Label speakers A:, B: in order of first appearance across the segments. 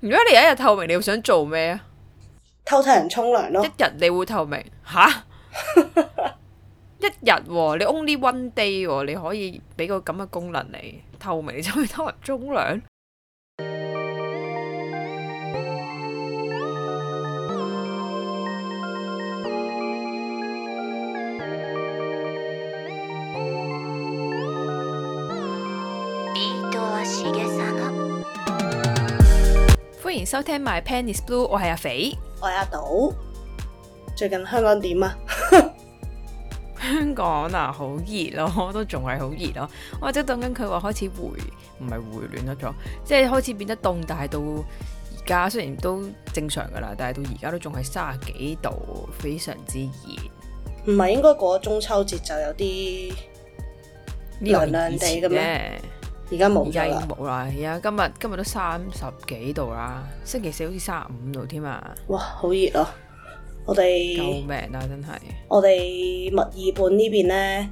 A: 如果你有一日透明，你會想做咩啊？
B: 偷睇人沖涼咯
A: 一，日你會透明吓？一日喎、你 only one day 喎、你可以俾個咁嘅功能你透明，你就去偷人沖涼。歡迎收聽 My Pen is Blue，我係阿肥。
B: 我係阿賭。最近香港點啊？
A: 香港啊，好熱咯，都仲係好熱咯。我即係等緊佢話開始回，唔係回暖咗，即係開始變得凍，但係到而家雖然都正常噶啦，但係到而家都仲係三十幾度，非常之熱。
B: 唔係應該過咗中秋節就有啲，
A: 呢個
B: 涼涼地
A: 咩
B: 嘅咩？而家冇
A: 而家
B: 咗
A: 已
B: 啦
A: 經。冇啦，而家今日今日都三十幾度啦，星期四好似三十五度添啊！
B: 哇，好熱啊！我
A: 救
B: 哋
A: 命啊，真係
B: 我哋墨爾本呢邊呢，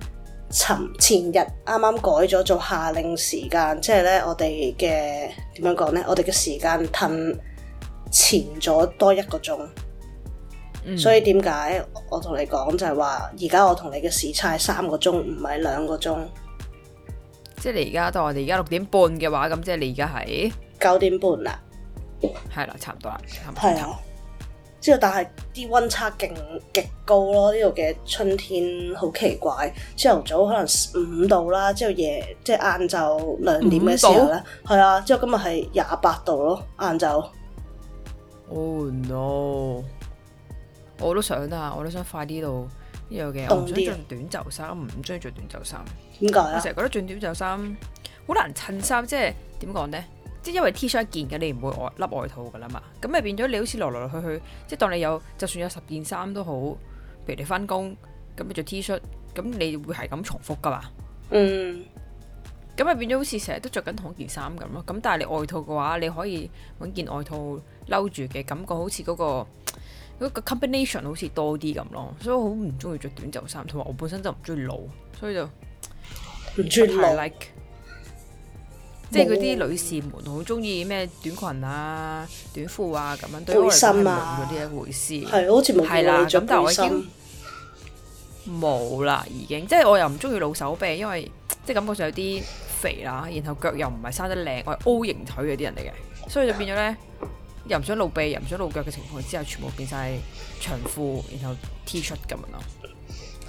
B: 尋前日啱啱改咗做夏令時間，即係呢，我哋嘅點樣講呢？我哋嘅時間褪前咗多一個鐘。
A: 嗯
B: 所以點解我同你講就係話，而家我同你嘅時差三個鐘，唔係兩個鐘，
A: 即係你而家當我哋而家六點半嘅話，咁即係你而家係
B: 九點半啦，
A: 係啦，差唔多啦，差唔多
B: 係啊。之後但係啲温差勁極高咯，呢度嘅春天好奇怪，朝頭早可能五度啦，之後夜即係晏晝兩點嘅時候咧，係啊，之後今日係廿八度咯，晏晝
A: Oh no！我都想啊，我都想快啲到呢樣嘅。
B: 凍啲啊
A: 我唔想着短袖衫，唔中意着短袖衫。
B: 點解
A: 我
B: 啊
A: 成？日覺得着短袖衫好難襯衫，即係點講呢？即係因為 T 恤一件嘅，你唔會外笠外套噶啦嘛。咁咪變咗你好似來來去去，即係當你有就算有十件衫都好，譬如你翻工咁你着 T 恤，咁你會係咁重複噶嘛。
B: 嗯，
A: 咁咪變咗好似成日都着緊同一件衫咁咯。咁但係你外套嘅話，你可以揾件外套褸住嘅感覺，好似嗰、個嗰個 combination 好似多啲咁咯。所以我好唔中意着短袖衫，同埋我本身就唔中意露，所以就
B: 唔轉
A: 太
B: 路
A: like。即係嗰啲女士們好中意咩短裙啊、短褲啊咁樣，對於我嚟講係
B: 背心
A: 冇
B: 啊
A: 嗰啲一回事。
B: 係好似冇
A: 係
B: 見
A: 啦
B: 過你着
A: 咁但係
B: 背
A: 我已經
B: 心，
A: 冇啦，已經即係我又唔中意露手臂，因為即係感覺上有啲肥啦，然後腳又唔係生得靚，我係 O 型腿嗰啲人嚟嘅，所以就變咗呢，又唔想露臂，又唔想露腳嘅情況之下，全部變晒長褲，然後 T 恤咁樣咯。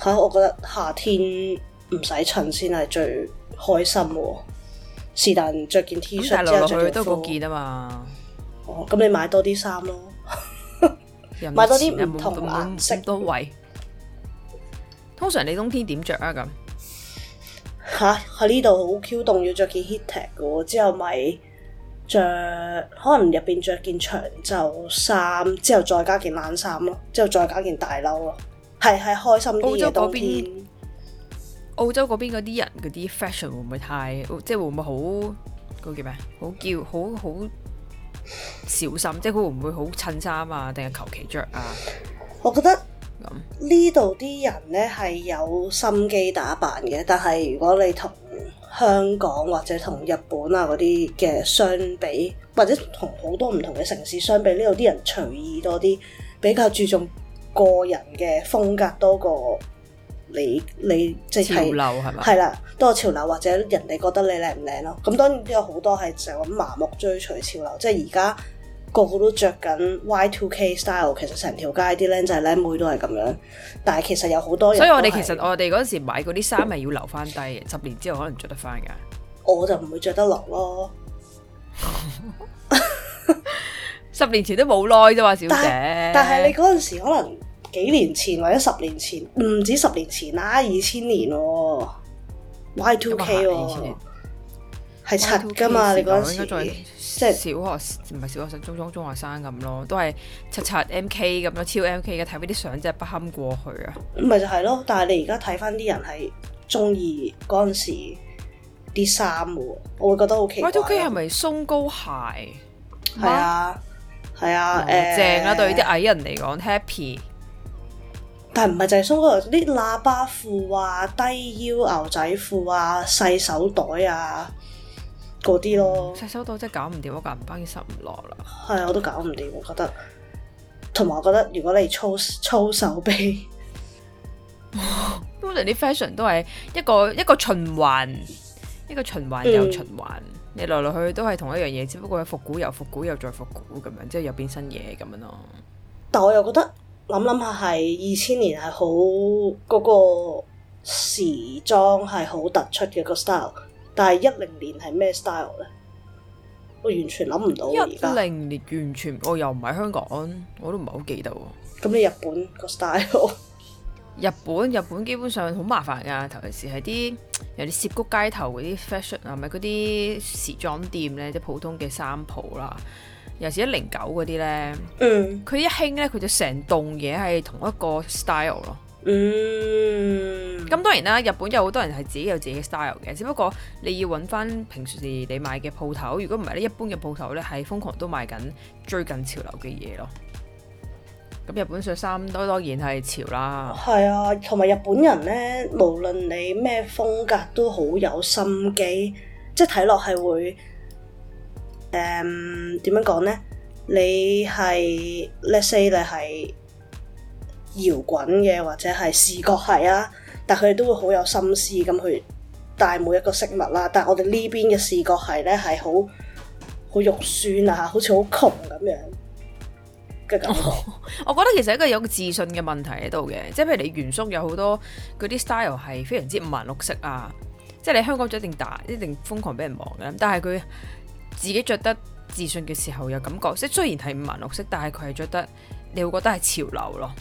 B: 嚇、我覺得夏天唔使襯先係最開心喎。是但着件 T
A: 咁
B: 恤
A: 但係
B: 之
A: 來來
B: 後
A: 去
B: 着
A: 去
B: 件
A: 都
B: 褲
A: 嗰，件啊嘛，
B: 哦，咁你買多啲衫咯。
A: 又唔
B: 買多啲
A: 錢又冇
B: 唔同
A: 咁
B: 顏
A: 咁
B: 色
A: 咁多位。通常你冬天點着啊？咁
B: 吓，喺呢度好 Q 凍，要着件 heat tech 嘅喎，之後咪着可能入邊着件長袖衫，之後再加件冷衫咯，之後再加件大褸咯，係係開心啲嘅
A: 澳洲嗰邊
B: 冬天。
A: 澳洲嗰邊嗰啲人嗰啲 fashion 會唔會太，即係會唔會好嗰個叫咩？好叫好好小心，即係佢會唔會好襯衫啊，定係求其着啊？
B: 我覺得
A: 咁
B: 呢度啲人呢係有心機打扮嘅，但係如果你同香港或者同日本啊嗰啲嘅相比，或者同好多唔同嘅城市相比，呢度啲人隨意多啲，比較注重個人嘅風格多過你你即
A: 潮流
B: 係
A: 係嘛？
B: 係啦，多過潮流或者人哋覺得你靚唔靚咯。咁當然都有好多係就咁麻木追隨潮流，即係而家個個都着緊 Y2K style，其實成條街啲僆仔僆妹都係咁樣。但係其實有好多人，
A: 所以我哋其實我哋嗰陣時買嗰啲衫係要留翻低嘅，十年之後可能着得翻㗎。
B: 我就唔會着得落咯。
A: 十年前都冇耐啫嘛，小姐。
B: 但係你嗰陣時可能幾年前或者十年前，唔止十年前啦，二千年喎
A: 咁啊
B: ，Y2K
A: 以前
B: 喎，係柒㗎嘛？你嗰陣時
A: 即
B: 係
A: 小學唔係小學生，中中中學生咁咯，都係柒柒 M K 咁咯，超 M K 嘅睇嗰啲相真係不堪過去啊！
B: 咪就係咯，但係你而家睇翻啲人係中意嗰陣時啲衫喎，我會覺得好奇怪。啊
A: Y Two K 係咪鬆高鞋？
B: 係啊，係啊，
A: 哦，
B: 誒
A: 正啦，對啲矮人嚟講，happy
B: 但係唔係就係鬆嗰啲喇叭褲啊、低腰牛仔褲啊、細手袋啊，嗰啲咯。
A: 洗手袋真係搞唔掂，我間唔包已經塞唔落啦。
B: 係，啊我都搞唔掂，我覺得。同埋我覺得，如果你粗粗手臂，
A: 通常啲 fashion 都係一個一個循環，一個循環
B: 嗯
A: 又循環，你來來去去都係同一樣嘢，只不過係復古又復古又再復古咁樣，之後又變新嘢咁樣咯。
B: 但我又覺得諗諗下係二千年係好嗰個時裝係好突出嘅個 style，但係一零年係咩 style 咧？我完全諗唔到喎而
A: 一
B: 家。
A: 零年完全我又唔喺香港，我都唔係好記得喎。
B: 咁你日本個 style
A: 日本日本基本上好麻煩㗎，尤其是係啲有啲涉谷街頭嗰啲 fashion 啊，咪嗰啲時裝店咧，即係普通嘅衫鋪啦。尤其是一零九嗰啲咧，
B: 嗯
A: 佢一興咧，佢就成棟嘢係同一個 style 咯。
B: 嗯，
A: 咁當然啦，日本有好多人係自己有自己嘅 style 嘅，只不過你要揾翻平時你買嘅鋪頭，如果唔係咧，一般嘅鋪頭咧係瘋狂都賣緊最近潮流嘅嘢咯。咁日本着衫都當然係潮啦。
B: 係啊，同埋日本人咧，無論你咩風格都好有心機，即係睇落係會誒點樣講咧？你係 let's say 你係搖滾嘅或者係視覺係啊，但佢哋都會好有心思咁去帶每一個飾物啦。但係我哋呢邊嘅視覺係咧係好好肉酸啊，好似好窮咁樣嘅感覺。
A: 我覺得其實一個有個自信嘅問題喺度嘅，即係譬如你原宿有好多嗰啲 style 係非常之五顏六色啊，即係你香港就一定打一定瘋狂俾人望嘅，但係佢自己着得自信嘅時候有感覺，即係雖然係五顏六色，但係佢係着得你會覺得係潮流咯。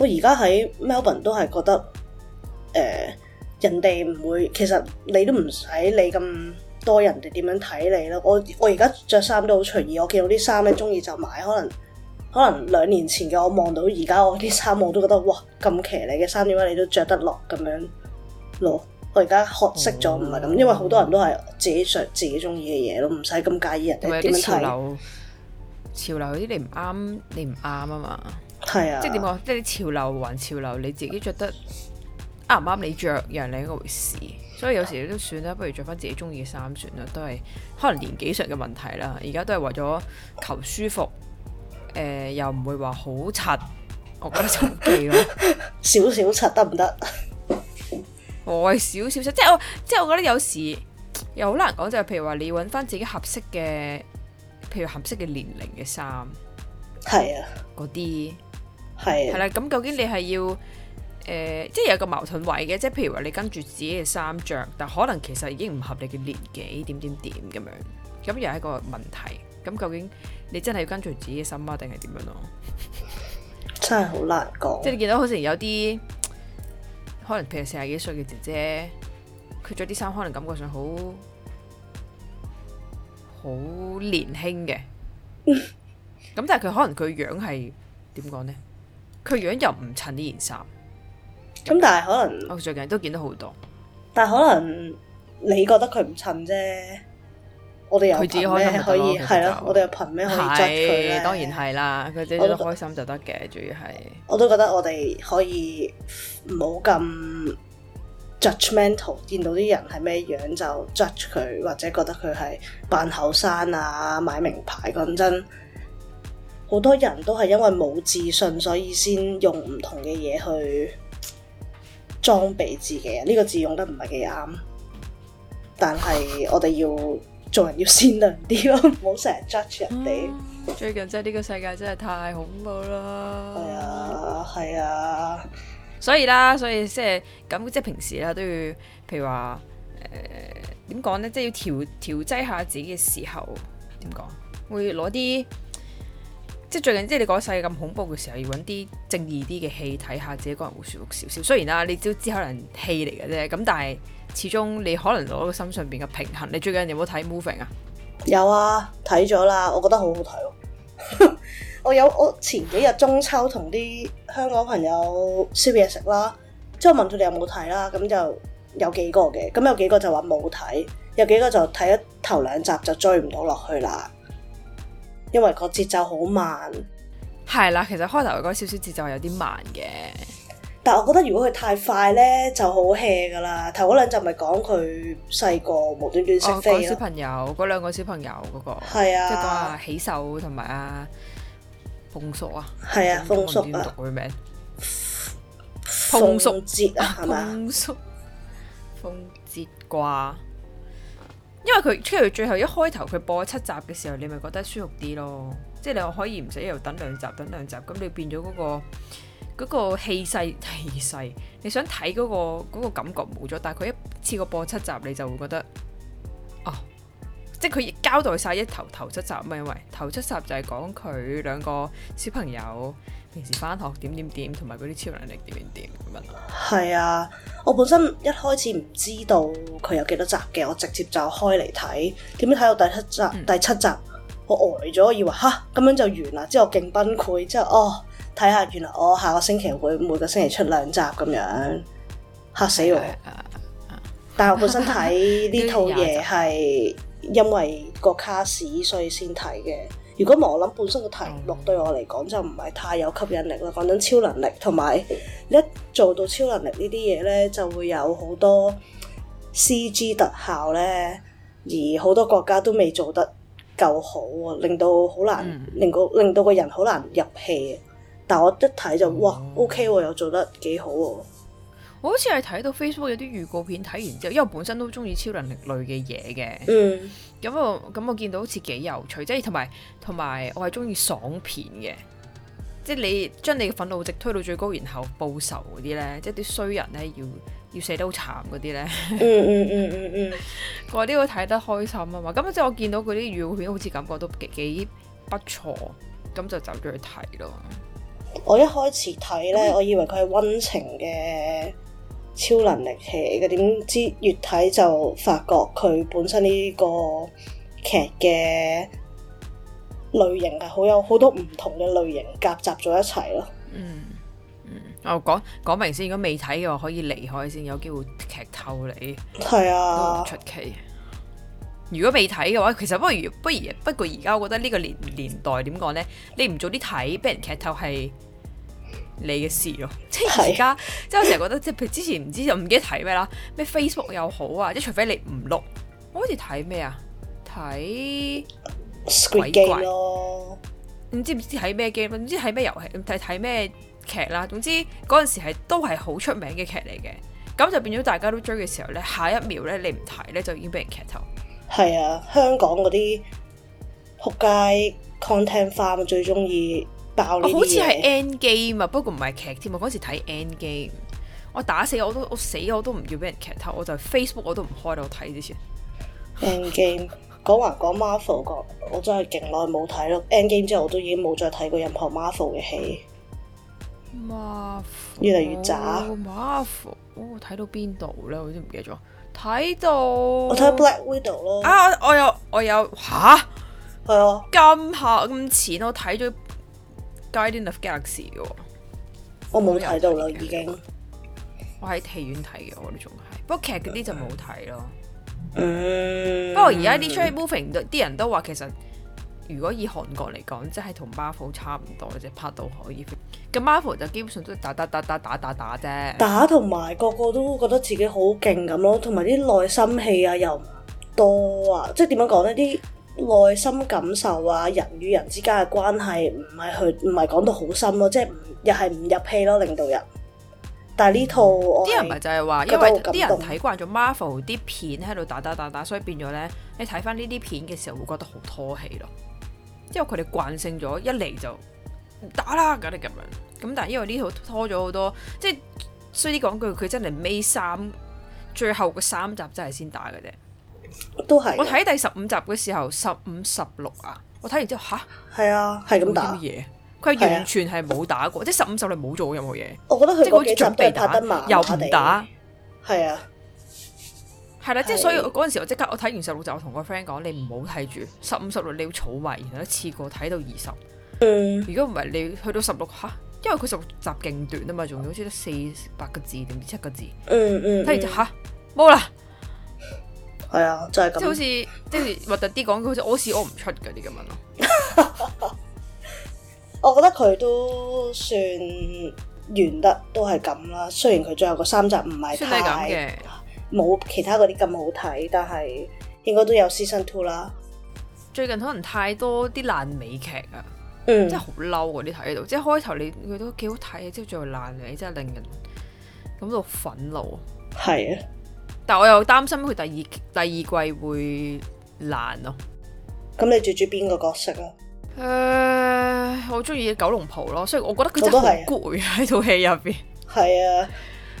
B: 我而家喺 Melbourne 都係覺得誒、呃人哋唔會，其實你都唔使理咁多人哋點樣睇你咯。我我而家着衫都好隨意，我見到啲衫咧中意就買，可能可能兩年前嘅我望到而家我啲衫我都覺得哇咁騎呢嘅衫點解你都着得落咁樣咯？我而家學識咗唔係
A: 哦
B: 咁，因為好多人都係自己着自己中意嘅嘢咯，唔使咁介意人
A: 同埋
B: 哋
A: 有
B: 點樣
A: 啲潮
B: 睇。
A: 流，潮流有啲你唔啱，你唔啱啊嘛。
B: 係啊，
A: 即係點講？即係你潮流還潮流，你自己着得啱唔啱你着，又係另一回事。所以有時都算啦，不如着翻自己中意嘅衫算啦，都係可能年紀上嘅問題啦。而家都係為咗求舒服，誒、又唔會話好柒，我覺得就 OK 咯。
B: 少少柒得唔得？
A: 我係少少少，即係我即係我覺得有時又好難講，就係譬如話你要揾翻自己合適嘅，譬如合適嘅年齡嘅衫
B: 係啊，
A: 嗰啲。
B: 係
A: 係
B: 啊，
A: 啦，咁究竟你係要誒、呃即係有個矛盾位嘅，即係譬如話你跟住自己嘅衫着，但可能其實已經唔合你嘅年紀，點點點咁樣，咁又係一個問題。咁究竟你真係要跟住自己嘅心啊，定係點樣咯？
B: 真係好難講
A: 即係。你見到好似有啲可能譬如四十幾歲嘅姐姐，佢着啲衫可能感覺上好好年輕 嘅，咁但係佢可能佢樣係點講呢？佢樣又唔襯呢件衫。
B: 咁但係可能，
A: 我最近都見到好多，
B: 但係可能你覺得佢唔襯啫，我哋又
A: 佢自己
B: 憑
A: 開心
B: 咩
A: 咪
B: 可
A: 得咯
B: 以
A: 其實
B: 係咯？
A: 就
B: 我哋又憑咩可以質佢咧？
A: 係當然，係啦，佢自己
B: 我
A: 覺
B: 都
A: 得開心就得嘅，主要係
B: 我都覺得我哋可以唔好咁 judgmental，見到啲人係咩樣就 judge 佢，或者覺得佢係扮後生啊、買名牌。講真，好多人都係因為冇自信，所以先用唔同嘅嘢去裝備自己啊。呢、個字用得唔係幾啱，但係我哋要做人要善良啲咯，唔好成日 judge 人哋。
A: 嗯最近真係呢個世界真係太恐怖啦，
B: 係啊，係啊，
A: 所以啦，所以即係咁，即係平時啦都要，譬如話誒點講呢？即係要調調劑下自己嘅時候，點講會攞啲。即係最近，即係你講世界咁恐怖嘅時候，要揾啲正義啲嘅戲睇下，自己個人會舒服少少。雖然啦，你都知可能戲嚟嘅啫，咁但係始終你可能攞個心上邊嘅平衡。你最近有冇睇 Moving 啊？
B: 有啊，睇咗啦，我覺得好好睇喎。 我有我前幾日中秋同啲香港朋友燒嘢食啦，之後問佢哋有冇睇啦，咁就有幾個嘅，咁有幾個就話冇睇，有幾個就睇咗頭兩集就追唔到落去啦，因為個節奏好慢。
A: 係啦，其實開頭嗰少少節奏係有啲慢嘅，
B: 但我覺得如果佢太快咧，就好 hea 噶啦。頭嗰兩集咪講佢細個無端端
A: 哦
B: 識，
A: 講
B: 飛
A: 小
B: 咯，
A: 朋友嗰兩個小朋友嗰個，
B: 係
A: 即係講阿
B: 啊，
A: 喜秀同埋阿鳳叔啊，
B: 係啊，風
A: 我唔
B: 叔
A: 知點讀
B: 啊，
A: 佢名，
B: 風
A: 風叔
B: 節啊，係嘛？
A: 風叔風節啩。因為佢出嚟最後一開頭佢播七集嘅時候，你咪覺得舒服啲咯。即係你可以唔使又等兩集，等兩集，咁你變咗嗰、個嗰、個氣勢氣勢，你想睇嗰、個嗰、個感覺冇咗。但係佢一次過播七集，你就會覺得哦，即係佢交代晒一頭頭七集啊嘛，因為頭七集就係講佢兩個小朋友平時翻學點點點，同埋嗰啲超能力點點點咁樣。
B: 係啊，我本身一開始唔知道佢有幾多集嘅，我直接就開嚟睇，點知睇到第七集，
A: 嗯
B: 第七集我呆咗，以為吓咁樣就完啦，之後勁崩潰，之後哦睇下原來我下個星期會每個星期出兩集咁樣，嚇死我！但係我本身睇呢套
A: 都要廿
B: 嘢
A: 集
B: 係因為個卡士所以先睇嘅。如果唔係，我諗本身個題目對我嚟講就唔係太有吸引力啦。講緊超能力同埋一做到超能力呢啲嘢呢，就會有好多 CG 特效呢，而好多國家都未做得夠好啊，令到好難，
A: 嗯
B: 令個令到個人好難入戲啊。但我一睇就哇
A: 哦
B: ，OK 喎，又做得幾好喎。
A: 我好似係睇到 Facebook 有啲預告片，睇完之後，因為我本身都中意超能力類嘅嘢嘅，
B: 嗯，
A: 咁我咁我見到好似幾有趣，即係同埋同埋我係中意爽片嘅，即係你將你嘅憤怒值推到最高，然後報仇嗰啲呢，即係啲衰人呢，要要死得好慘嗰啲呢，
B: 嗯嗯嗯嗯嗯，
A: 嗰啲會睇得開心啊嘛。咁即係我見到嗰啲預告片，好似感覺都幾幾不錯，咁就走咗去睇咯。
B: 我一開始
A: 嗯
B: 睇咧，我以為佢係温情嘅超能力戲嘅，點知越睇就發覺佢本身呢個劇嘅類型係好有好多唔同嘅類型夾雜咗一齊咯。
A: 嗯，嗯，我講講明先，如果未睇嘅話，可以離開先，有機會劇透你。都
B: 係啊
A: 哦唔，出奇。如果未睇嘅話，其實不如不如不過而家，我覺得呢個年年代點講呢？你唔早啲睇，俾人劇透係你嘅事咯。 即係而家，即係我成日覺得，即係譬如之前唔知就唔記得睇咩啦，咩 Facebook 又好啊，即係除非你唔碌。我好似睇咩啊？睇
B: Squid
A: 鬼
B: Game
A: 怪
B: 咯，
A: 唔知唔知睇咩 game，唔知睇咩遊戲，睇睇咩劇啦。總之嗰陣時係都係好出名嘅劇嚟嘅。咁就變咗大家都追嘅時候呢，下一秒呢，你唔睇呢，就已經俾人劇透。
B: 係啊，香港嗰啲撲街 content farm 最中意爆呢
A: 我
B: 啲
A: 哦好似係
B: 嘢。
A: End Game 啊，不過唔係劇添啊。我嗰時睇 End Game，我打死我都我死我都唔要俾人劇透，我就 Facebook 我都唔開啦。我睇之前
B: Endgame 講還講 Marvel 講，我真係勁耐冇睇咯。Endgame 之後我都已經冇再睇過任何 Marvel 嘅戲。
A: Marvel
B: 越嚟越渣
A: Marvel，我睇到邊度咧？我都唔記得咗。睇到我
B: 我睇 Black Widow 咯，
A: 啊！我我有我有吓
B: 係啊，
A: 咁下咁前，我睇咗 Guardian of Galaxy 嘅喎，
B: 我冇睇到啦已經。
A: 我喺戲院睇嘅，我都仲係。不過劇嗰啲就冇睇咯。
B: 嗯，
A: 不過而家啲 trade moving 都啲人都話其實，如果以韓國嚟講，即係同 Marvel 差唔多啫，拍到可以。咁 Marvel 就基本上都係打打打打打打打啫。
B: 打同埋個個都覺得自己好勁咁咯，同埋啲內心戲啊又唔多啊，即係點樣講呢？啲內心感受啊，人與人之間嘅關係唔係去唔係講到好深咯，即係唔又係唔入戲咯，令到人。但係呢套我
A: 啲人
B: 係
A: 咪就係話，因
B: 覺得
A: 為
B: 好感
A: 啲人
B: 動
A: 睇慣咗 Marvel 啲片喺度打打打打，所以變咗呢，你睇翻呢啲片嘅時候會覺得好拖戲咯。因為佢哋慣性咗，一嚟就打啦，咁你咁樣。咁但係因為呢套拖咗好多，即係衰啲講句，佢真係尾三最後嘅三集真係先打嘅啫。
B: 都係啊
A: 我睇第十五集嘅時候，十五十六啊，我睇完之後吓，
B: 係啊，係咁
A: 冇啲
B: 打
A: 乜。嘢？佢係
B: 係啊
A: 完全係冇打過，即係十五十六冇做過任何嘢，
B: 我覺得佢
A: 即係好
B: 嗰
A: 似
B: 幾集
A: 準
B: 都
A: 備
B: 係拍
A: 打
B: 得麻
A: 又
B: 麻
A: 唔
B: 地，
A: 打，
B: 係啊，
A: 係啦，即係
B: 係
A: 所以我嗰陣時我即刻我睇完十六集，我同個 friend 講：你唔好睇住十五十六，你要儲埋，然後一次過睇到二十。
B: 嗯，
A: 如果唔係你去到十六吓，因為佢十六集勁短啊嘛，仲要好似得四百個字定唔知七個字，
B: 嗯嗯，
A: 睇完就
B: 嗯
A: 吓冇啦，
B: 係啊，就係
A: 即係好似
B: 咁，
A: 即係核突啲講，佢好似屙屎屙唔出嗰啲咁樣咯。
B: 我覺得佢都算完得都係咁啦。雖然佢最後個三集唔
A: 算
B: 係
A: 係咁
B: 太
A: 嘅，
B: 冇其他嗰啲咁好睇，但係應該都有 season two 啦。
A: 最近可能太多啲爛美劇啊，
B: 嗯
A: 真係，好嬲嗰啲睇到，即係開頭你佢都幾好睇，之後最後爛尾，真係令人感到憤怒。
B: 係啊。
A: 但我又擔心佢第二第二季會爛咯。
B: 咁你最中意邊個角色啊？
A: 誒、我中意九龍袍咯，雖然我覺得佢真係
B: 我
A: 好
B: 都係
A: 攰啊喺套戲入 邊，
B: 係啊，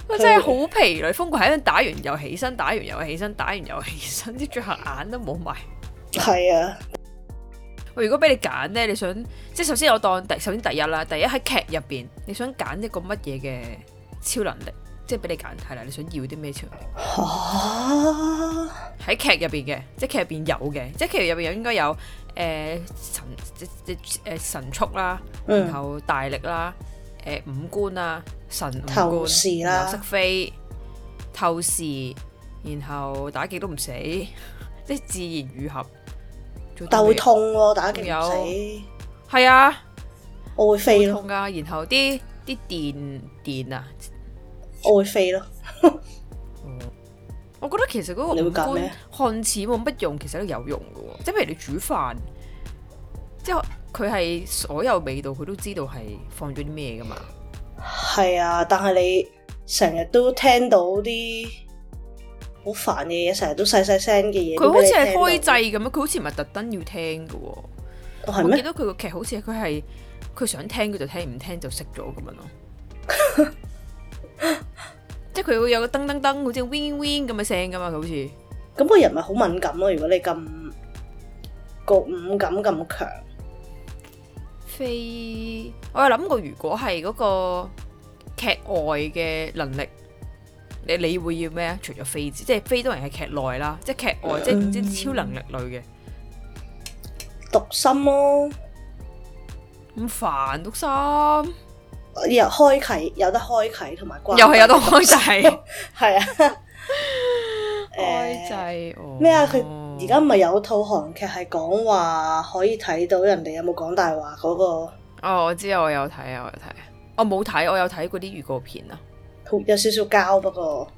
A: 佢真係好疲累，瘋狂喺度打完又起身，打完又起身，打完又起身，啲最後眼都冇埋。
B: 係啊，
A: 喂如果俾你揀呢，你想即係首先我當第首先第一啦，第一喺劇入邊，你想揀一個乜嘢嘅超能力？即係俾你揀係啦，你想要啲咩超能力？
B: 嚇
A: 喺劇入邊嘅，即係劇入邊有嘅，即係劇入邊有應該有誒、呃神即即誒神速啦，然
B: 嗯，
A: 後大力啦，誒、五官啦，神五官，
B: 透視啦
A: 然後識飛，透視，然後打極都唔死， 即係自然愈合，做到
B: 鬥
A: 咩
B: 痛喎，打極唔
A: 仲
B: 死，
A: 係啊。
B: 我會飛
A: 好
B: 咯，
A: 痛噶，然後啲啲電電啊，
B: 我會飛咯。
A: 我覺得其實嗰個
B: 你會
A: 五
B: 揀
A: 官
B: 咩
A: 看似冇乜用，其實都有用嘅喎。即係譬如你煮飯，即係佢係所有味道佢都知道係放咗啲咩噶嘛。
B: 係啊，但係你成日都聽到啲好煩嘅嘢，成日都細細聲嘅嘢。
A: 佢好似係開掣咁樣，佢好似唔係特登要聽嘅喎。
B: 哦，係
A: 我見
B: 咩？
A: 到佢個劇好似佢係佢想聽佢就聽，唔聽就熄咗咁樣咯。 即係佢會有個噔噔噔，好似 wing wing 咁嘅聲噶嘛，佢好似。
B: 咁個人咪好敏感咯。如果你咁個五感咁強，
A: 飛，我有諗過，如果係嗰個劇外嘅能力，你你會要咩啊？除咗飛之，即係飛當然係劇內啦，即係劇外，即係
B: 嗯
A: 即係超能力類嘅。
B: 讀心咯，
A: 咁煩到 心，
B: 又開啟有得開啟同埋關，
A: 又係有得開，掣，
B: 係啊。
A: 開
B: 誒
A: 掣哦
B: 咩啊？佢而家咪有套韓劇係講話可以睇到人哋有冇講大話嗰個，
A: 哦，我知啊，我有睇啊，我有睇，我冇睇，我有睇嗰啲預告片啊，
B: 好有少少膠不過。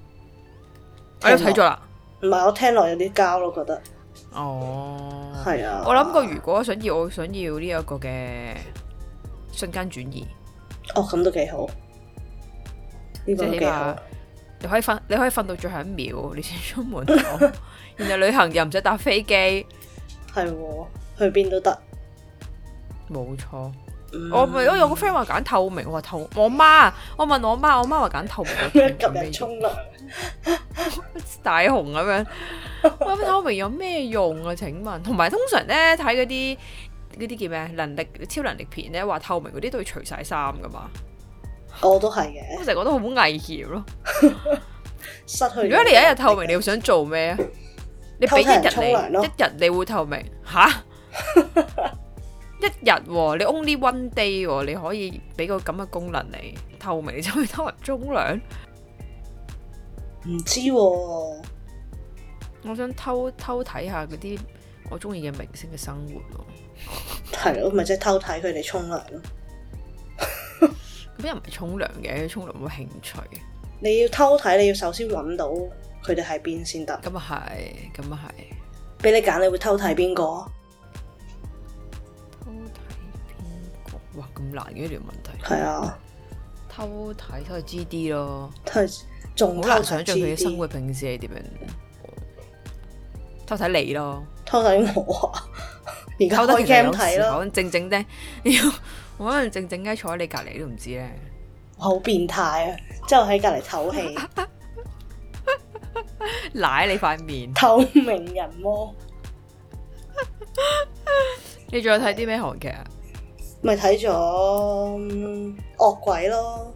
A: 我有睇咗啦。
B: 唔係，我聽落有啲膠咯，覺得
A: 哦，
B: 係啊。
A: 我諗過，如果想要，我想要呢一個嘅瞬間轉移。
B: 哦，咁都幾好，呢、
A: 即係
B: 個都
A: 起
B: 幾好
A: 碼。你可以瞓，你可以瞓到最後一秒，你先出門口， 然後旅行又唔使搭飛機，
B: 係喎，去邊都得。
A: 冇錯。
B: 嗯
A: 我咪我有個 friend 話揀透明，我話透，我媽，我問我媽，我媽話揀 透明，
B: 咩
A: 我
B: 及
A: 話
B: 人沖
A: 有咩
B: 涼？
A: 用大紅咁 樣。我諗透明有咩用啊？請問，同埋通常咧睇嗰啲嗰啲叫咩啊能力超能力片咧，話透明嗰啲都要除晒衫噶嘛，
B: 我都係
A: 我
B: 嘅，
A: 成日覺得好危險咯。
B: 失去。
A: 如果你有一日透明，你會想做咩啊？你俾一
B: 偷睇人沖涼
A: 日你，
B: 咯
A: 一日你會透明吓？ 一日喎，你 only one day 喎，你可以俾個咁嘅功能你透明，你就去偷人沖涼。
B: 唔知喎、
A: 我想偷偷睇下嗰啲我中意嘅明星嘅生活咯。
B: 係咯，咪即係偷睇佢哋沖涼咯。
A: 咁又唔係沖涼嘅，沖涼冇興趣。
B: 你要偷睇，你要首先揾到佢哋喺邊先得。
A: 咁啊係，咁啊係。
B: 俾你揀，你會偷睇邊個？
A: 偷睇邊個？哇，咁難嘅呢條問題。
B: 係啊，
A: 偷睇偷睇 G D 咯。
B: 偷睇仲
A: 好
B: 偷
A: 難想
B: 睇
A: 象佢嘅
B: G
A: 生
B: D，
A: 活平時係點樣。偷睇你咯，
B: 偷睇我啊！而家
A: 偷得
B: 開
A: 其實
B: cam
A: 有
B: 睇
A: 時可
B: 咯，
A: 能靜靜的，我可能靜靜雞坐喺你隔離都唔知咧。
B: 好變態啊！之後喺隔離透氣。
A: 舐你塊面，
B: 透明人魔，
A: 你仲有睇啲咩韓劇啊？
B: 咪睇咗嗯惡鬼咯。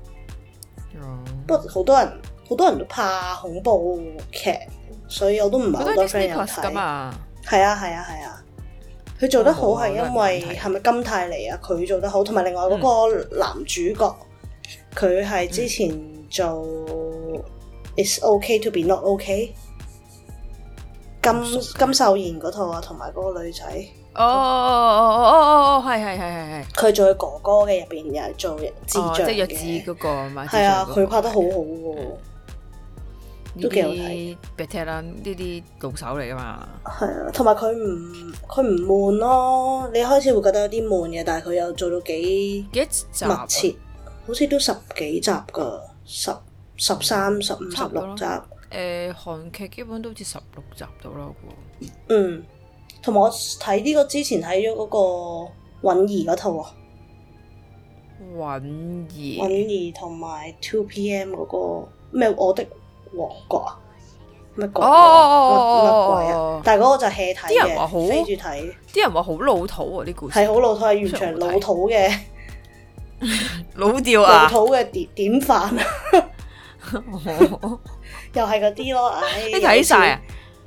B: 不過好多人好多人都怕恐怖劇，所以我都唔係
A: 好
B: 好
A: 多
B: 多
A: Disney
B: friend 有
A: Plus 噶
B: 睇。
A: 嘛，
B: 係啊係啊係啊，佢做得好係因
A: 我冇啊我都係唔嗯
B: 為
A: 睇
B: 係咪金泰梨啊？佢做得好，同埋另外嗰個男主角，佢係之前做 It's OK to be not OK。金金秀賢嗰套啊，同埋嗰個女仔，
A: 哦哦哦哦哦哦，係係係係係，
B: 佢做嘅哥哥嘅入邊又係做智
A: 哦，
B: 障
A: 即係
B: 嘅，
A: 弱智嗰個啊嘛，
B: 係
A: 智
B: 啊，
A: 障嗰
B: 佢
A: 個
B: 拍得好好喎，都幾好睇。
A: 呢啲 b e t 啦，呢啲老手嚟噶嘛，
B: 係啊，同埋佢唔佢唔悶咯，你開始會覺得有啲悶嘅，但係佢又做到幾
A: 幾多集
B: 密
A: 啊？
B: 切，好似都十幾集㗎，十十三、十五、十
A: 差唔多
B: 六
A: 咯
B: 集，
A: 誒韓劇基本都好似十六集到啦喎，
B: 嗯。同埋我睇呢個之前睇咗嗰個允兒嗰套啊，
A: 允
B: 允
A: 兒
B: 兒同埋 Two P.M. 嗰、個咩我的王國啊，乜國
A: 哦
B: 啊乜乜鬼啊
A: 哦！
B: 但係嗰個就 hea 睇
A: 啲人話好
B: 嘅，飛住睇，
A: 啲人話好老土喎啲故事，
B: 係好老土，係完全係老土嘅
A: 老調
B: 老
A: 啊，
B: 土嘅典典範，
A: 哦
B: 啊 又係嗰啲咯。唉，
A: 你睇晒啊？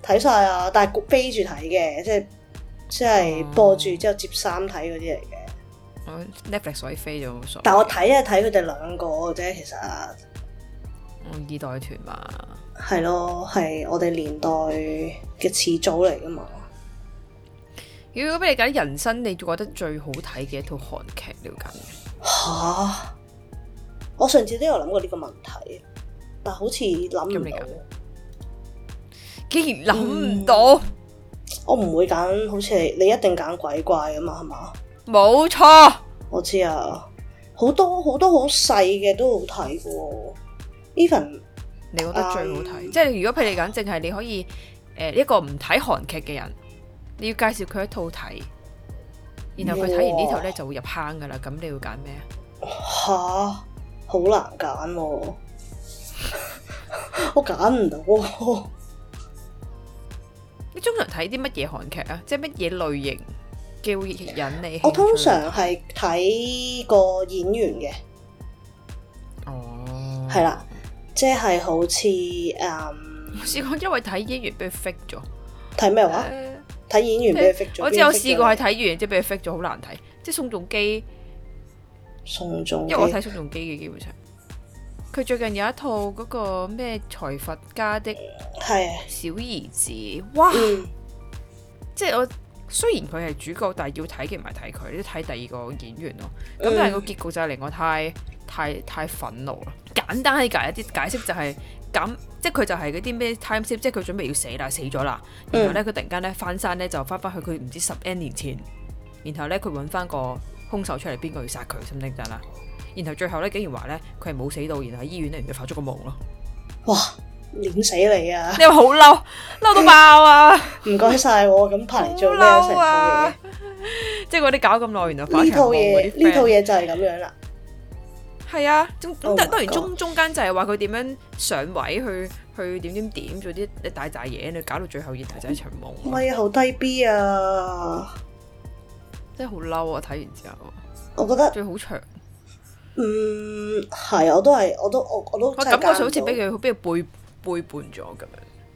B: 睇晒啊，但係飛住睇嘅，即係即
A: 哦
B: 係播住之後接衫睇嗰啲嚟嘅。
A: 我 Netflix 可以飛咗冇所謂，
B: 但我睇係睇佢哋兩個嘅啫，其實啊
A: 我二代團嘛，
B: 係咯，係我哋年代嘅始祖嚟噶嘛。
A: 如果俾你揀人生，你覺得最好睇嘅一套韓劇你要揀咩？
B: 吓！我上次都有諗過呢個問題，但好似諗
A: 咁
B: 唔
A: 你
B: 到
A: 揀。竟然諗唔
B: 嗯
A: 到，
B: 我唔會揀，好似你你一定揀鬼怪噶嘛，係嘛？
A: 冇錯。
B: 我知啊，好多好多好細嘅都好睇嘅喎。even
A: 你覺得最好睇？
B: 嗯
A: 即係如果譬如你揀，淨係你可以誒、呃一個唔睇韓劇嘅人，你要介紹佢一套睇，然後佢睇完呢套咧就會入坑噶啦。咁你會揀咩啊？
B: 吓，好難揀喎、 我揀唔到 喎。
A: 你通常睇啲乜嘢韓劇啊？即係乜嘢類型嘅會引你興趣？
B: 我通常係睇個演員嘅，
A: 哦，
B: 係啦，即係好似嗯
A: 我試過因為睇演員俾佢 fake 咗。
B: 睇咩話？
A: 誒
B: 睇演員俾佢 fit 咗。
A: 我知我
B: 邊個 fit
A: 試過係
B: 咗
A: 睇演員，即係俾佢 fake 咗，好難睇。即係宋仲基，
B: 宋仲基
A: 因為我睇宋仲基嘅基本上，佢最近有一套嗰個咩財閥家的。
B: 係啊
A: 小兒子，哇！
B: 嗯
A: 即係我雖然佢係主角，但係要睇嘅唔係睇佢，你都睇第二個演員咯。咁、但係個結局就係令我太太太憤怒啦。簡單嘅解一啲解釋就係、咁，即係佢就係嗰啲咩 time skip，即係佢準備要死啦，死咗啦。然後咧，佢突然間咧翻山咧就翻翻去佢唔知十 N 年前，然後咧佢揾翻個兇手出嚟，邊個要殺佢，咁定得啦。然後最後咧，竟然話咧佢係冇死到，然後喺醫院咧原來發咗個夢咯。
B: 哇，碾死你啊！
A: 你話好嬲，嬲到爆啊！
B: 唔該晒我，咁拍嚟做咩啊成
A: 嬲
B: 套
A: 啊
B: 嘢？！
A: 即係嗰啲搞咁耐，原來反
B: 呢套嘢呢套
A: 嘢
B: 嘢就係咁樣啦。
A: 係啊，中咁
B: Oh
A: 但
B: my
A: 當然
B: God
A: 中中間就係話佢點樣上位去去點點點做啲一大扎嘢，你搞到最後原來就係一場
B: 唔
A: 夢，
B: 係啊，好低 B 啊！
A: 真係好嬲啊！睇完之後，
B: 我覺得
A: 最好長，
B: 嗯係，我都係，我都我我都
A: 我
B: 真係
A: 感覺上
B: 揀唔
A: 好似
B: 到
A: 俾佢俾佢背背叛咗咁樣。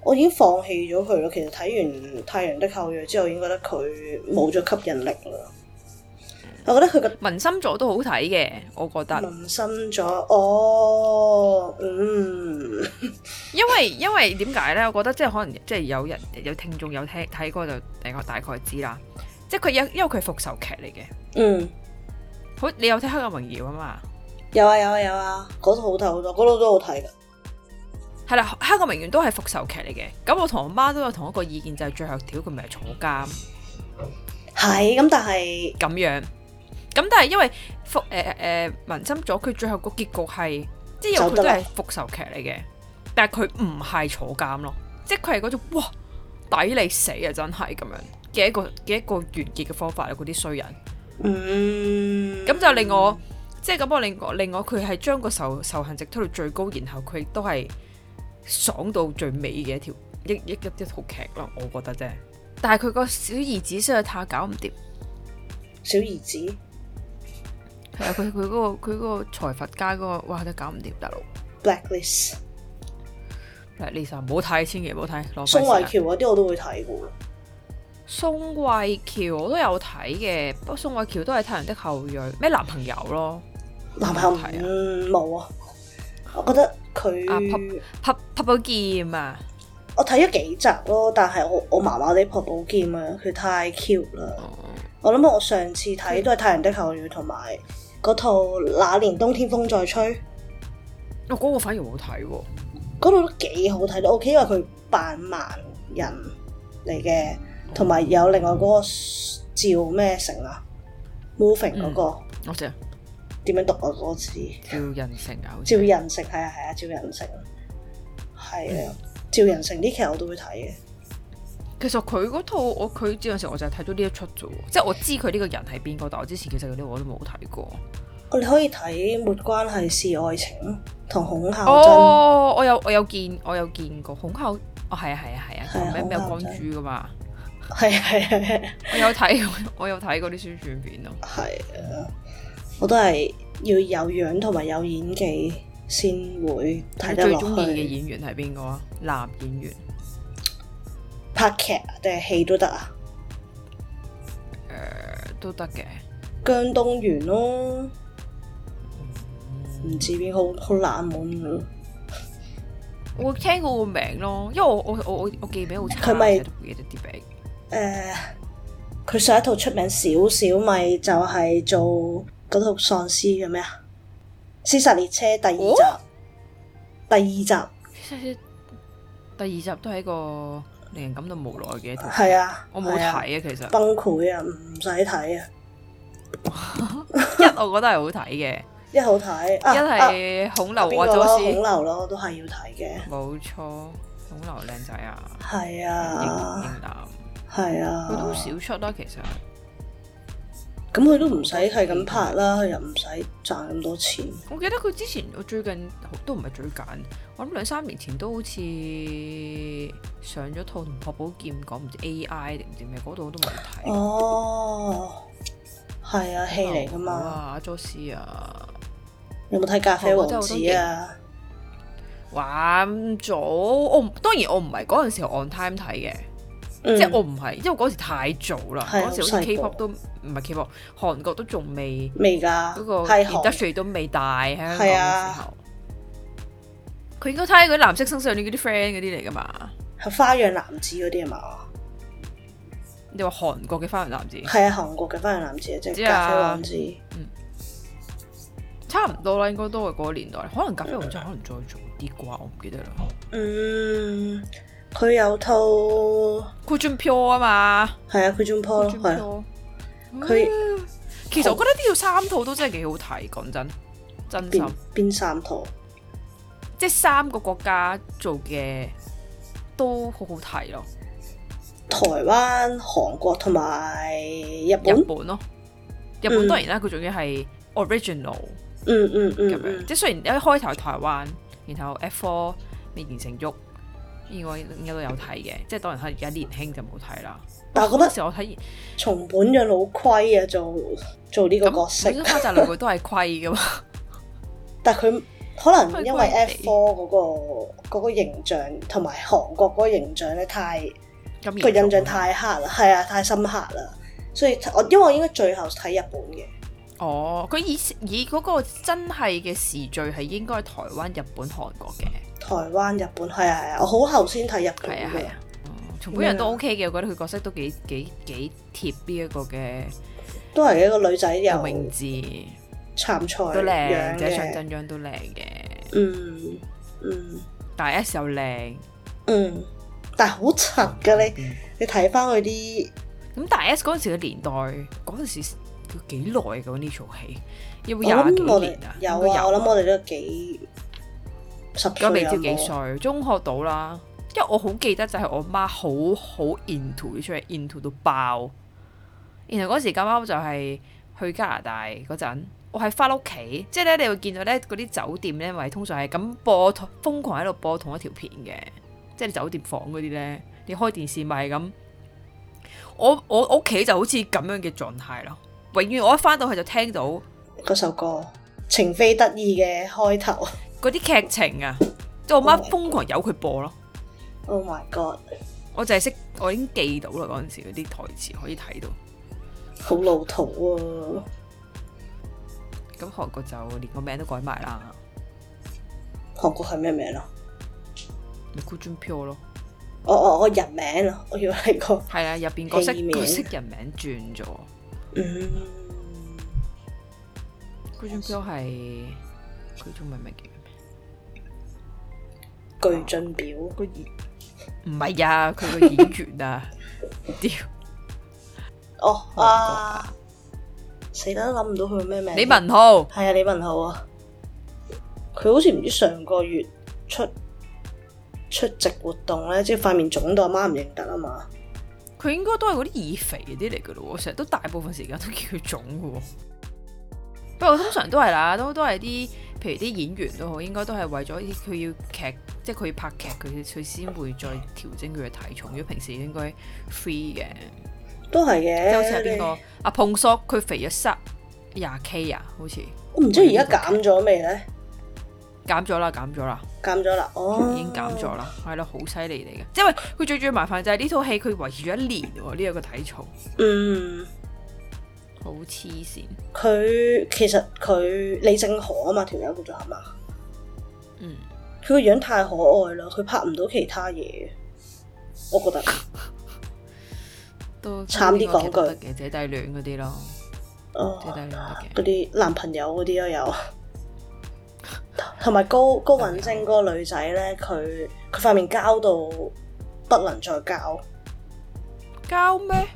B: 我已經放棄咗佢咯。其實睇完《太陽的後裔》之後，已經覺得佢冇咗吸引力啦。我覺得佢個
A: 文心座都好睇嘅，我覺得，
B: 文心咗，哦，嗯，
A: 因為因為點解咧？我覺得即係可能即係有人有聽眾有聽睇過就大大概知啦。即係佢因因為佢係復仇劇嚟嘅，
B: 嗯，
A: 好你有睇《黑暗榮耀》啊嘛？
B: 有啊有啊有啊，嗰套好睇好多，嗰套都好睇㗎。
A: 係啦，《黑暗名媛》都係復仇劇嚟嘅。咁我同我媽都有同一個意見，就係、最後條佢咪係坐監
B: 係咁，但係
A: 咁樣。咁但係因為復誒誒文心咗，佢最後個結局係即係因為佢
B: 走
A: 都
B: 得啦
A: 係復仇劇嚟嘅，但係佢唔係坐監咯，即係佢係嗰種哇抵你死啊！真係咁樣嘅一個嘅一個完結嘅方法啊啦，嗰啲衰人。
B: 嗯，
A: 咁就令我即係咁，我令我令我佢係將個仇仇恨值推到最高，然後佢都係爽到最尾嘅一條一一一一套劇咯，我覺得啫。但係佢個小兒子實在太搞唔掂，
B: 小兒子，
A: 係啊，佢佢嗰個佢嗰個財閥家嗰、個，哇，真係搞唔掂，大佬。
B: Blacklist、
A: 嗱，Lisa 唔好睇，千祈唔好睇，浪費
B: 宋慧
A: 時間。
B: 喬嗰啲我都會睇嘅喎。
A: 啊宋慧喬我都有睇嘅，不過宋慧喬都係《太陽的後裔》咩男朋友咯，
B: 男朋友
A: 冇睇啊
B: 嗯冇啊，我覺得
A: 啊
B: 佢。
A: 匹匹寶劍啊，
B: 我睇咗幾集咯，但係我我麻麻地破寶劍啊，佢太 cute 啦，
A: 哦
B: 我諗我上次睇都係《太陽的後裔》同埋嗰套《那年冬天風在吹》，
A: 我哦嗰個反而冇睇喎，
B: 嗰度都幾好睇都 OK，因為佢扮盲人嚟嘅，同埋有另外嗰個趙咩成啊，Moving 嗰、個
A: 我知啊
B: 點、樣讀啊嗰個字？
A: 叫人成啊，好似
B: 趙仁成係啊係啊，趙仁成係
A: 嗯
B: 啊，趙仁成呢期我都會睇嘅。
A: 其實佢嗰套我佢嗰陣時我就係睇到呢一出啫喎，即係我知佢呢個人係邊個，但我之前其實嗰啲我都冇睇過。
B: 我哋可以睇《沒關係是愛情》同孔孝真。
A: 哦，我有我有見我有見過孔孝，哦係啊係啊係啊，
B: 係啊
A: 同咩咩有
B: 孔孝
A: 光
B: 真
A: 珠噶嘛，
B: 係係係啊
A: 啊我有睇 我有睇過啲宣傳片咯。
B: 係啊！我都係要有樣同埋有演技先會睇
A: 你
B: 得
A: 最
B: 落
A: 中意嘅
B: 去。
A: 演員係邊個啊？男演員
B: 拍劇定係戲都得啊！
A: 都得嘅，
B: 姜東元咯，唔知邊好好冷門啊咯。
A: 我聽過個名咯，因為我我我我我記名好差，
B: 佢咪
A: 成日都唔記得啲名。
B: 誒、佢上一套出名少少，咪就係做嗰套喪屍嘅咩啊？《屍殺列車》第二集，
A: 哦
B: 第二集
A: 第二集都係一個令人感到無奈嘅一套，
B: 係啊，
A: 我冇
B: 係
A: 睇
B: 啊
A: 啊，其實
B: 崩潰啊，唔使睇啊，
A: 一我覺得係好睇嘅，
B: 一好睇啊，啊
A: 一係孔劉
B: 邊
A: 啊，
B: 個
A: 就
B: 咯，
A: 好
B: 孔
A: 似
B: 劉咯，都係要睇嘅。
A: 冇錯，孔劉靚仔啊，
B: 係
A: 型
B: 啊，
A: 型男，
B: 係
A: 佢都好
B: 啊，
A: 少出啦，其實
B: 咁佢都唔使係咁拍啦，佢又唔使賺咁多錢。
A: 我記得佢之前我最近都唔係最近，我諗兩三年前都好似上咗套同朴寶劍講唔知 AI 定唔知咩，嗰度我都冇睇。
B: 哦，係啊，戲嚟噶嘛？
A: 哇，佐斯啊，
B: 有冇睇《咖啡
A: 哦
B: 王子》啊？
A: 玩咗我唔當然我唔係嗰陣時 on time 睇嘅，
B: 嗯
A: 即係我唔係，因為嗰時太早啦，嗰
B: 係
A: 時
B: 好
A: 好似
B: 細
A: K-pop
B: 個
A: 都唔係 K-pop，韓國都仲未
B: 未㗎，
A: 嗰個
B: 係韓
A: industry 都未大喺香港
B: 係
A: 嘅
B: 啊
A: 時候，佢應該睇嗰啲藍色生死戀嗰啲 friend 嗰啲嚟㗎嘛？
B: 係花樣男子嗰啲啊嘛？
A: 你話韓國嘅花樣男子
B: 係啊，韓國嘅花樣男子啊，即係
A: 知
B: 《
A: 啊
B: 咖啡王子》。
A: 差唔多啦，應該都係嗰個年代，可能咖啡王子可能再早啲啩，我唔記得啦。
B: 哦嗯，佢有套
A: c u s i o n Pure 啊嘛。
B: 係啊，佢仲破咯，係啊。
A: 佢
B: 佢
A: 其實我覺得呢套三套都真係幾好睇，講真，真心
B: 邊邊三套？
A: 即係三個國家做嘅都好好睇咯，
B: 台灣、韓國同埋日
A: 日
B: 本，
A: 本咯，日本
B: 嗯
A: 當然啦，佢仲要係 original
B: 嗯嗯
A: 咁
B: 嗯
A: 樣，
B: 嗯，
A: 即係雖然一開頭係台灣，然後 F Four 未完成喐。呢個應該都有睇嘅，即係當然係而家年輕就冇睇啦。
B: 但我覺
A: 嗰
B: 得
A: 時我睇
B: 松本嘅老虧啊，做做呢個角
A: 咁，
B: 色
A: 本，身花澤類佢都係虧噶嘛，
B: 但佢可能因為
A: 佢虧
B: F
A: 虧
B: f 嗰、個嗰、個形象同埋韓國嗰個形象咧，太
A: 咁
B: 個
A: 嚴重
B: 印象太黑啦，係啊，太深刻啦。所以我因為我應該最後睇日本嘅，
A: 哦，佢以以嗰個真係嘅時序係應該係台灣、日本、韓國嘅，
B: 台灣、日本係啊係啊，我好後先睇日本
A: 係啊
B: 嘅
A: 係啊。，嗯松本人都 OK 嘅，我覺得佢角色都幾幾幾貼呢一個嘅
B: 都係一個女仔又
A: 泳字，
B: 杉菜
A: 都靚，
B: 樣
A: 者上
B: 嘅，
A: 真央都靚嘅，
B: 嗯嗯
A: 但係 S 又靚，嗯
B: 嗯，但係好柒㗎你。你睇翻佢啲
A: 咁但係 S 嗰陣時嘅年代，嗰陣時佢幾耐嘅喎呢套戲，有冇
B: 我諗我
A: 廿幾
B: 哋
A: 年啊？
B: 有
A: 應該
B: 啊，我諗我哋都幾十
A: 咁
B: 歲
A: 未
B: 有
A: 知幾
B: 冇啊？
A: 歲，中學到啦。因為我好記得就係我媽好好 into 呢出嚟，into 到爆。然後嗰時咁啱就係去加拿大嗰陣，我係翻屋企，即係咧你會見到咧嗰啲酒店咧，咪通常係咁播同瘋狂喺度播同一條片嘅，即係酒店房嗰啲咧，你開電視咪係咁。我我屋企就好似咁樣嘅狀態咯，永遠我一翻到去就聽到
B: 嗰首歌《情非得意》嘅開頭
A: 嗰啲劇情啊，即係我
B: 哦
A: 媽瘋狂由佢播咯。
B: ，Oh my God，
A: 我就係識，我已經記到啦嗰陣時嗰啲台詞可以睇到。
B: 好老土啊！
A: 咁韓國就連個名都改埋啦，
B: 韓國係咩名啊？
A: 咪 g o o j u n Pyo 咯。
B: 我我我人名啊！我要係個
A: 係啊，入邊角色
B: 戲名
A: 角色人名轉咗，
B: 嗯，
A: 嗰種表係佢中文名叫咩？
B: 巨進表
A: 個演唔係啊，佢個演員啊，屌
B: 哦
A: 韓國
B: 啊，
A: 啊，
B: 死啦諗唔到佢咩名。
A: 李文浩
B: 係啊，李文浩啊，佢好似唔知上個月出出席活動咧，即係塊面腫到阿媽唔認得啊嘛。
A: 佢應該都係嗰啲易肥嗰啲嚟嘅咯喎，成日都大部分時間都叫佢腫嘅喎。不過通常都係啦，都都係啲譬如啲演員都好，應該都係為咗佢要劇，即係佢要拍劇，佢佢先會再調整佢嘅體重。如果平時應該 free 嘅，
B: 都係
A: 即
B: 嘅，
A: 係好似係邊個阿碰叔，佢肥咗三廿 K 啊，好似
B: 我唔知而家減咗未咧？
A: 減咗啦，減咗啦。
B: 減咗啦，哦，
A: 嗯已經減咗啦，係咯，好犀利嚟嘅。因為佢最最麻煩就係呢套戲佢維持咗一年喎，呢、一個體重
B: 嗯，
A: 好黐線。
B: 佢其實佢李正河啊嘛，條友叫做係嘛？
A: 嗯，
B: 佢個樣太可愛啦，佢拍唔到其他嘢，我覺得
A: 都
B: 慘啲講句
A: 得嘅姐弟戀嗰啲咯，姐弟
B: 哦，
A: 戀得嘅。
B: 嗰啲男朋友嗰啲都有，同埋高高允貞嗰個女仔咧，佢佢塊面膠到不能再膠，
A: 交咩？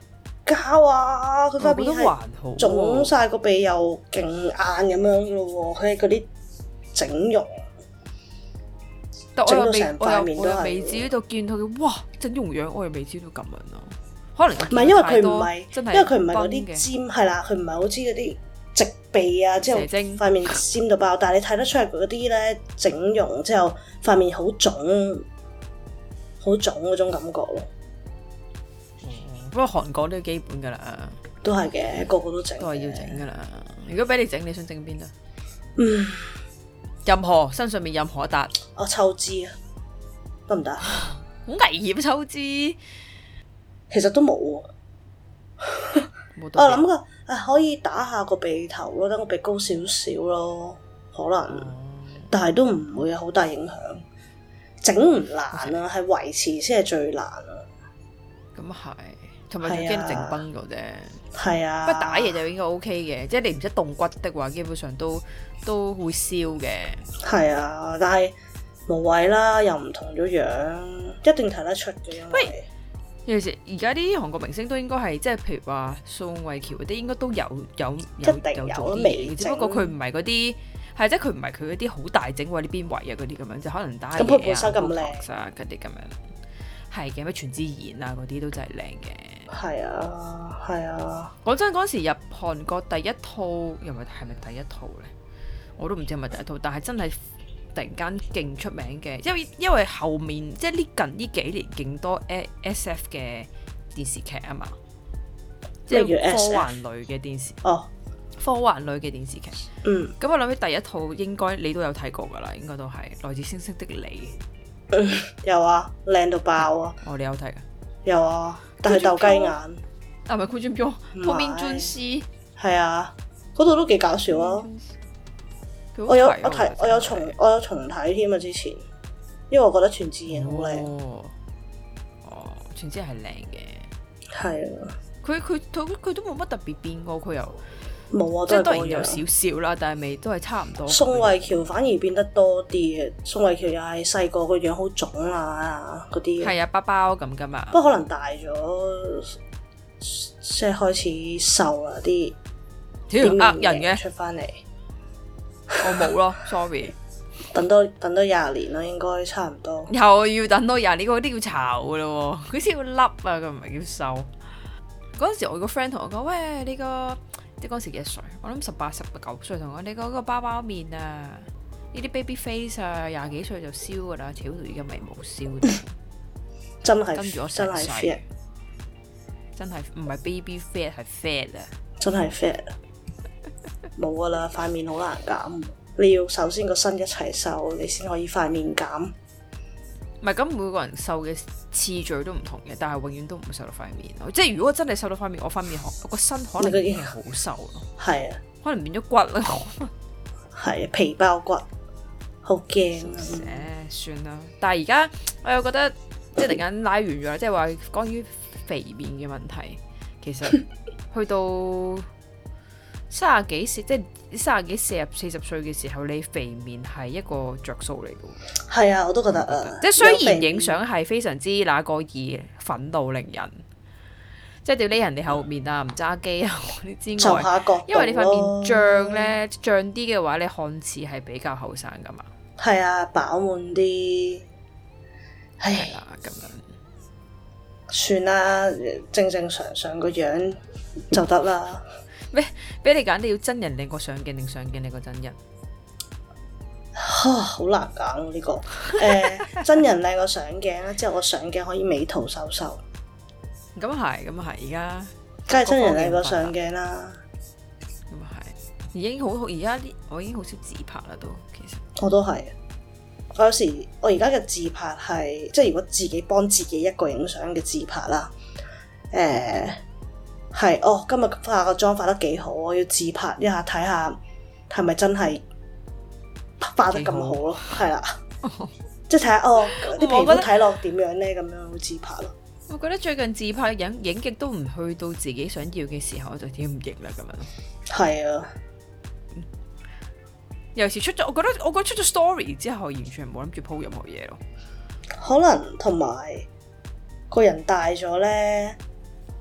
B: 膠啊！佢
A: 我
B: 塊
A: 覺
B: 面
A: 得
B: 係
A: 還好
B: 腫
A: 喎。
B: 晒個鼻又勁硬咁樣嘅咯喎，佢係嗰啲整容。
A: 但我又
B: 整到
A: 未
B: 成，
A: 我
B: 塊
A: 又
B: 面
A: 我
B: 都
A: 又
B: 係
A: 未至於到見到佢，哇！整容樣我又未至於到咁樣咯。可能
B: 唔係因為佢唔
A: 係
B: 係，，
A: 真
B: 因為佢唔係嗰
A: 崩
B: 啲
A: 嘅
B: 尖係啦，佢唔係好似嗰啲直鼻啊，之後
A: 蛇精
B: 塊面尖到爆，但係你睇得出係嗰啲咧整容之後塊面好腫，好腫嗰種感覺咯，
A: 哦不過韓國都基本㗎啦，
B: 都係嘅，個個都整，
A: 都係要整。㗎啦。如果俾你整，你想整邊啊？
B: 嗯，
A: 任何身上面任何一笪。
B: 我抽脂啊，得唔得？
A: 嗯好危險抽脂，
B: 其實都冇喎，
A: 冇
B: 我
A: 得
B: 諗過誒可以打下個鼻頭咯，等個鼻高少少咯，可
A: 哦
B: 能。但係都唔會有好大影響。整唔難啊，係維持先係最難啊。
A: 咁係，同埋仲驚整崩咗啫。
B: 係啊，
A: 不過打嘢就應該 O K 嘅，即係你唔使動骨的話，基本上都都會燒嘅。
B: 係啊，但係無謂啦，又唔同咗樣，一定睇得出嘅。因為
A: 有時而家啲韓國明星都應該係即係譬如話宋慧喬嗰啲，應該都有有有
B: 一定有
A: 做啲
B: 微
A: 嘢，只不過佢唔係嗰啲係即係佢唔係佢嗰啲好大整位呢邊圍啊嗰啲咁樣，就可能打下
B: 咁佢本身咁靚
A: 嘢啊 Botox 啊嗰啲咁樣。係嘅，咩全智賢啊嗰啲都真係靚嘅。
B: 係啊，係啊，
A: 講真，嗰時入韓國第一套，又唔係係咪第一套呢？我都唔知係咪第一套，但係真係突然間勁出名嘅，因為因為後面即係呢近呢幾年勁多 S F 嘅電視劇啊嘛，即
B: 咩叫
A: 係科
B: SF
A: 幻類嘅電視
B: 哦，
A: 科幻類嘅電視劇。
B: 嗯，
A: 咁我諗起第一套應該你都有睇過㗎啦，應該都係《來自星星的你
B: 有啊，靚到爆啊，》，
A: 哦，你有睇㗎？
B: 有啊，但係鬥雞眼，
A: 啊，唔係顧俊彪，
B: 唔係
A: 鋪面尊師，
B: 係啊，嗰度都幾搞笑啊。
A: 佢好
B: 我有
A: 睇啊
B: 我睇我有重我有重睇添啊，之前，因為我覺得全智賢好靚，
A: 哦，哦，全之係靚嘅。
B: 係啊，
A: 佢佢佢佢都冇乜特別變過，佢又
B: 冇啊，
A: 即係
B: 都係
A: 當
B: 嗰
A: 然有
B: 樣。
A: 少少啦，但係未都係差唔多。
B: 宋慧喬反而變得多啲嘅，宋慧喬又係細個個樣好腫啊嗰啲，
A: 係啊，包包咁噶嘛。
B: 不過可能大咗，即係開始瘦啦啲，
A: 屌
B: 啲
A: 呃
B: 面
A: 人
B: 嘢
A: 嘅，
B: 出翻嚟，
A: 我冇咯，sorry。
B: 等多等多廿年啦，應該差唔多。
A: 又要等多人，呢個啲叫炒噶咯喎，佢先要笠啊，佢唔係叫瘦。嗰陣時我個 friend 同我講：喂，你個即係嗰陣時幾多歲？我諗十八、十九歲，同我你嗰個包包面啊，呢啲 baby face 啊，廿幾歲就燒噶啦，屌到而家咪冇燒到。
B: 真
A: 跟住我
B: 係
A: 成
B: 真係
A: 世
B: fat，
A: 真係唔係 baby fat 係 fat 啊！
B: 真係 fat，冇噶啦，塊面好難減。你要首先個身一齊瘦，你先可以塊面減。
A: 唔係咁每個人瘦嘅次序都唔同嘅，但係永遠都唔會瘦到塊面咯。即係如果真係瘦到塊面，我塊面可我個身可能已經係好瘦咯，
B: 係啊，
A: 可能變咗骨啦。
B: 係啊，皮包骨，好驚啊！
A: 誒、算啦。但係而家我又覺得 即係突然間拉完咗啦，即係話關於肥面嘅問題，其實去到三十幾四，即係三十幾四十四十歲嘅時候，你肥面係一個着數嚟嘅喎。
B: 係啊，我都覺得啊，
A: 嗯即係雖
B: 有
A: 然
B: 肥
A: 影相係非常之那個易憤怒令人，即係屌匿人哋後面啊，唔揸機啊嗰啲之
B: 就
A: 外，
B: 下角，
A: 因為你塊面漲，咧漲啲嘅話，你看似係比較後生噶嘛，
B: 係啊，飽滿啲，唉
A: 係，啦咁樣。
B: 算啦，正正常常個樣就得啦。
A: 俾你揀，你要真人靚過相鏡定相鏡靚過真人？
B: 哈好難揀呢個，誒、真人靚過相鏡啦，之後個相鏡可以美圖秀秀，
A: 咁啊係，咁係，而家
B: 梗係真人靚過相鏡啦。
A: 咁啊係，已經好而家啲我已經好少自拍啦，都其實
B: 我都係，我有時我而家嘅自拍係，即係如果自己幫自己一個影相嘅自拍啦，誒、係哦，今日化個妝化得幾好，我要自拍一下睇下係咪真係化得咁好咯，係 啦，即係睇下哦啲皮
A: 我覺
B: 膚
A: 得
B: 睇落點樣咧，咁樣好自拍咯。
A: 我覺得最近自拍影影極都唔去到自己想要嘅時候，我就點唔影啦咁樣。
B: 係啊，
A: 尤其是出咗，我覺得我覺得出咗 story 之後，完全冇諗住 po 任何嘢咯。
B: 可能同埋個人大咗咧，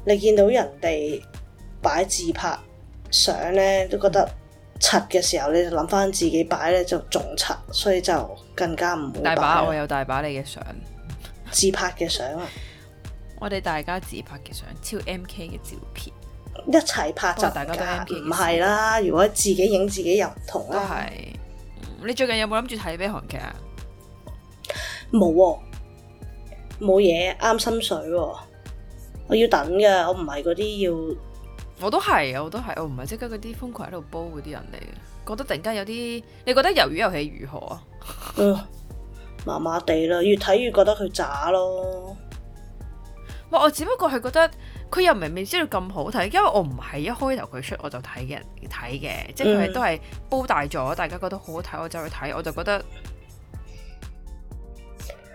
B: 你見到人哋擺自拍相咧，都覺得柒嘅時候，你就諗翻自己擺咧就仲柒，所以就更加唔好
A: 大把我
B: 擺
A: 有大把你嘅相，
B: 自拍嘅相啊，
A: 我哋大家自拍嘅相，超 M K 嘅照片
B: 一齊拍就
A: 哇大家都 M K
B: 唔係啦。如果自己影自己又唔同啊
A: 都
B: 啦，
A: 係。嗯你最近有冇諗住睇咩韓劇啊？
B: 冇喎，冇嘢啱心水喎。我要等㗎，我唔係嗰啲要
A: 我都係，我都係，我唔係即刻嗰啲瘋狂喺度煲嗰啲人嚟嘅。覺得突然間有啲，你覺得魷魚遊戲如何啊？
B: 嗯，麻麻地啦，越睇越覺得佢渣咯。
A: 我我只不過係覺得佢又明明知道咁好睇，因為我唔係一開頭佢出我就睇嘅人睇嘅，即係佢係
B: 嗯
A: 都係煲大咗，大家覺得好好睇，我就去睇，我就覺得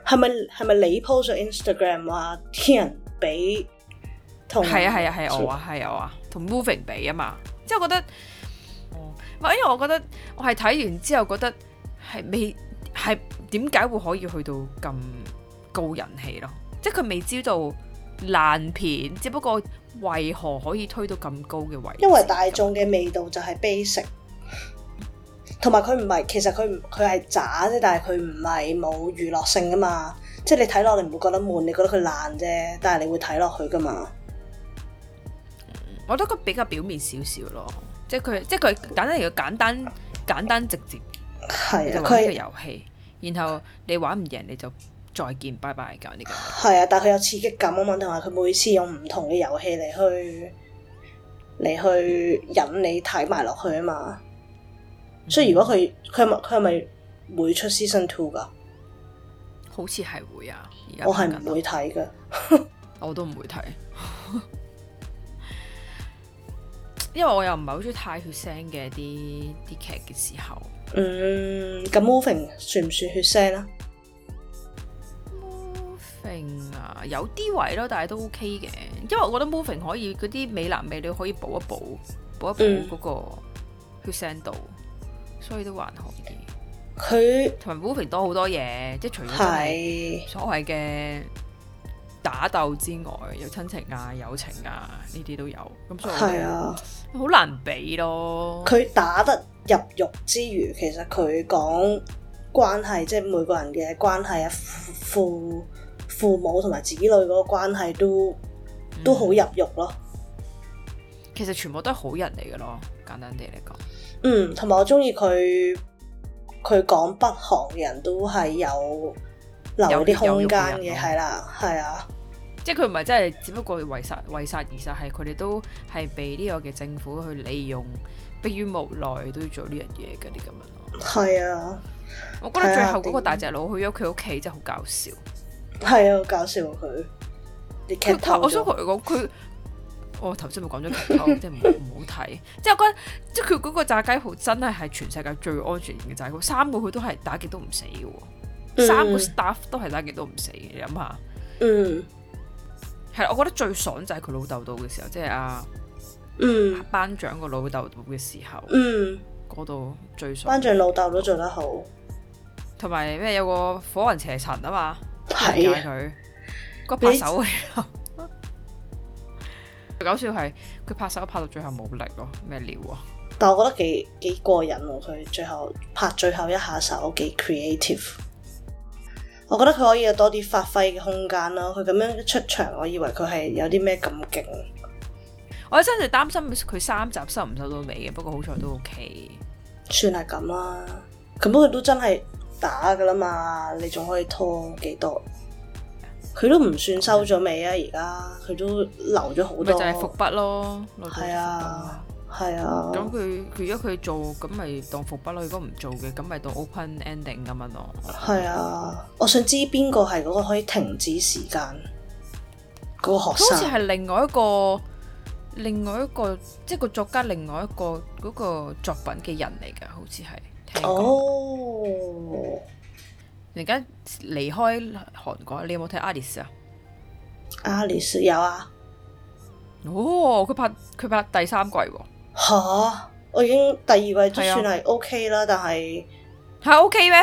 B: 係咪係咪你 post 咗 Instagram 話啲人比同
A: 係啊係啊係我啊係我啊，同 Moving 比啊嘛，即係我覺得，哦唔係因為我覺得我係睇完之後覺得係未係點解會可以去到咁高人氣咯？即係佢未知道爛片，只不過為何可以推到咁高嘅位置？
B: 因為大眾嘅味道就係 basic，同埋佢唔係其實佢唔佢係渣啫，但係佢唔係冇娛樂性噶嘛。即係你睇落你唔會覺得悶，你覺得佢爛啫，但係你會睇落去噶嘛。
A: 我覺得佢比較表面少少咯，即係佢即係佢簡單嚟講簡單簡單直接
B: 係
A: 就玩呢
B: 啊，
A: 個
B: 佢
A: 遊戲，然後你玩唔贏你就再見拜拜㗎呢個。
B: 係啊，但係佢有刺激感啊嘛，同埋佢每次用唔同嘅遊戲嚟去嚟去引你睇埋落去啊嘛。所以如果佢佢係咪佢係咪會出 season two 噶？
A: 好似係會啊，而家
B: 我係
A: 講緊
B: 唔會睇嘅。
A: 我都唔會睇，因為我又唔係好中意太血腥嘅啲啲劇嘅時候。
B: 嗯，咁 Moving 算唔算血腥啊？
A: Moving 啊，有啲位咯，但係都 OK 嘅，因為我覺得 Moving 可以嗰啲美男美女可以補一補，補一
B: 嗯
A: 補嗰個血腥度，所以都還可以。
B: 佢
A: 同埋 Moving 多好多嘢，即係除咗真係
B: 係
A: 所謂嘅打鬥之外，有親情啊、友情啊呢啲都有，咁所以我覺
B: 係
A: 得
B: 啊，
A: 好難比咯。
B: 佢打得入肉之餘，其實佢講關係，即係每個人嘅關係啊，父父母同埋子女嗰個關係都都好入肉咯。
A: 嗯其實全部都係好人嚟嘅咯，簡單地嚟講。
B: 嗯，同埋我中意佢佢講北韓嘅人都係有留
A: 有
B: 啲空間
A: 啲有肉嘅人
B: 嘅，
A: 咯
B: 係啦，係啊，
A: 即係佢唔係真係，只不過為殺為殺而殺，係佢哋都係被呢個嘅政府去利用，迫於無奈都要做呢樣嘢嗰啲咁樣咯。
B: 係啊，
A: 我覺得最後嗰個大隻佬去咗佢屋企真係好搞笑。
B: 係啊，好搞笑啊佢，你劇
A: 佢
B: 透
A: 我想
B: 咗
A: 同。你講佢，我頭先咪講咗劇 透，即係唔好唔好睇。即係我覺得，即係佢嗰個炸雞鋪真係係全世界最安全嘅炸雞鋪，三個佢都係打極都唔死嘅喎，
B: 嗯
A: 三個 staff 都係打極都唔死嘅，你諗下。
B: 嗯。
A: 係啦，我覺得最爽就係佢老豆到嘅時候，即係阿
B: 嗯
A: 班長個老豆嘅時候，
B: 嗯，
A: 嗰度最熟，
B: 班長老豆都做得好，
A: 同埋咩有個火雲邪神啊嘛，
B: 係
A: 解佢個拍手嚟咯。最搞笑係佢拍手拍到最後冇力咯，咩料啊？
B: 但我覺得幾幾過癮喎！佢最後拍最後一下手幾 creative，我覺得佢可以有多啲發揮嘅空間啦。佢咁樣一出場，我以為佢係有啲咩咁勁，
A: 我真係擔心佢三集收唔收到尾嘅，不過好彩都 OK。
B: 算係咁啦。咁佢都真係打噶啦嘛，你仲可以拖幾多？佢都唔算收咗尾啊！而家佢都留咗好
A: 咪
B: 多，
A: 就係伏筆咯，攞到伏筆
B: 係啊，係啊。
A: 咁佢佢如果佢做咁咪當伏筆咯，如果唔做嘅咁咪當 open ending 咁樣咯。
B: 係啊，我想知邊個係嗰個可以停止時間嗰、個
A: 佢
B: 學
A: 好似
B: 生。
A: 係另外一個，另外一個即係個作家另外一個嗰個作品嘅人嚟㗎，好似係聽講。
B: 哦，
A: 而家離開韓國，你有冇睇 Alice 啊？
B: 阿里斯有啊，
A: 哦，佢拍佢拍第三季喎，
B: 吓，我已經第二季都
A: 係啊
B: 算係 OK 啦，但係
A: 係 OK 咩？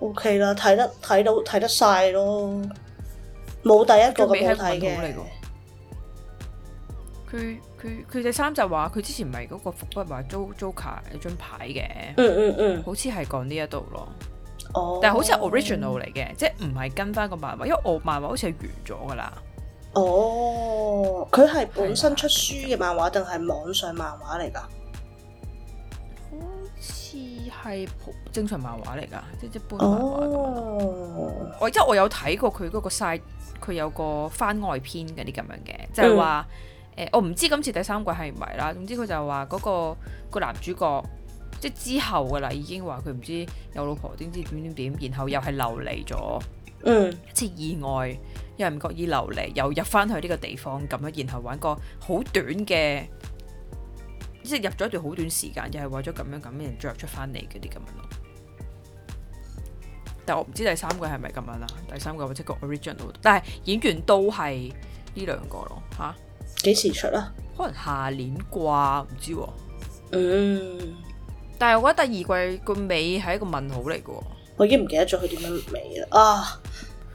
B: OK 啦，睇得睇到睇得晒咯，冇第一個
A: 佢
B: 咁
A: 尾係
B: 好
A: 個
B: 睇
A: 文好嚟
B: 嘅
A: 㗎。。佢佢佢第三集話佢之前咪嗰個伏筆話 Jo Joker 有張牌嘅，
B: 嗯嗯嗯，
A: 好似係講呢一度咯。
B: 哦，
A: 但係好似係 original 嚟嘅，即係唔係跟翻個漫畫，因為我漫畫好似係完咗噶啦。
B: 哦，佢
A: 啊
B: 係本身出書嘅漫畫定係網上漫畫嚟㗎？
A: 好似係普正常漫畫嚟㗎，即係一般漫畫咁樣。
B: 哦，
A: 我即係我有睇過佢嗰個 side，佢有個番外篇嗰啲咁樣嘅，就係話誒，我唔知今次第三季係唔係啦。總之佢就話嗰、個個男主角即係之後㗎啦，已經話佢唔知有老婆點知點點點，然後又係流離咗，
B: 嗯，
A: 即係意外，又唔覺意流離，又入翻去呢個地方咁樣，然後玩個好短嘅，即係入咗一段好短時間，又係為咗咁樣咁樣着出翻嚟嗰啲咁樣咯。但我唔知第三季係咪咁樣啦，第三季或者個 original，但係演員都係呢兩個咯吓、
B: 幾時出啊？
A: 可能下年啩，唔知喎、
B: 嗯。
A: 但係我覺得第二季個尾係一個問號嚟嘅喎，
B: 我已經唔記得咗佢點樣尾啦。啊，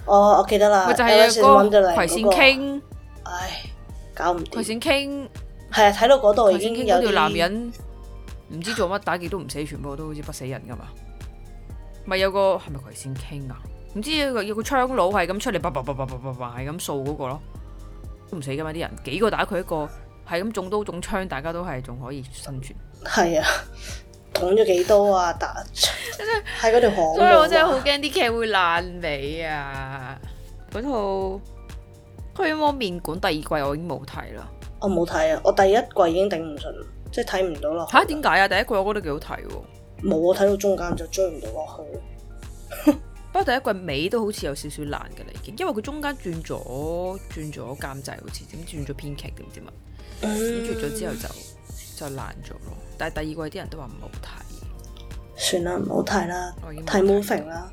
B: 我我記得啦，
A: 咪就
B: 有
A: 係
B: 時
A: 嗰
B: 揾
A: 個
B: 到嚟
A: 葵
B: 嗰
A: 扇
B: 個，
A: 傾，
B: 唉，搞唔
A: 葵
B: 掂。
A: 扇傾。
B: 係啊，睇到嗰度
A: 頭
B: 已
A: 先
B: 經
A: 傾
B: 有
A: 嗰條
B: 啲
A: 男人唔知做乜打極都唔死，全部都好似不死人噶嘛。咪有個係咪葵先傾啊？唔知有個有個槍佬係咁出嚟，叭叭叭叭叭叭叭係咁掃嗰個咯，都唔死噶嘛啲人，幾個打佢一個，係咁中刀中槍，大家都係仲可以生存。
B: 係啊，捅咗幾刀 啊，打喺嗰條巷度
A: 所以我真係
B: 啊。
A: 好驚啲劇會爛尾啊！嗰套《驅魔面館》第二季我已經冇睇啦。
B: 我冇睇啊，我第一季已經頂唔順，即係睇唔到落去。
A: 嚇點解啊？第一季我覺得幾好睇喎，
B: 冇我睇到中間就追唔到落去。
A: 不過第一季尾都好似有少少難嘅啦，已經，因為佢中間轉咗轉咗監製，好似點轉咗編劇定唔知乜，
B: 嗯
A: 轉咗之後就就爛咗咯。但係第二季啲人都話唔好睇，
B: 算啦，唔好睇啦，
A: 我已經冇
B: 睇 moving 啦，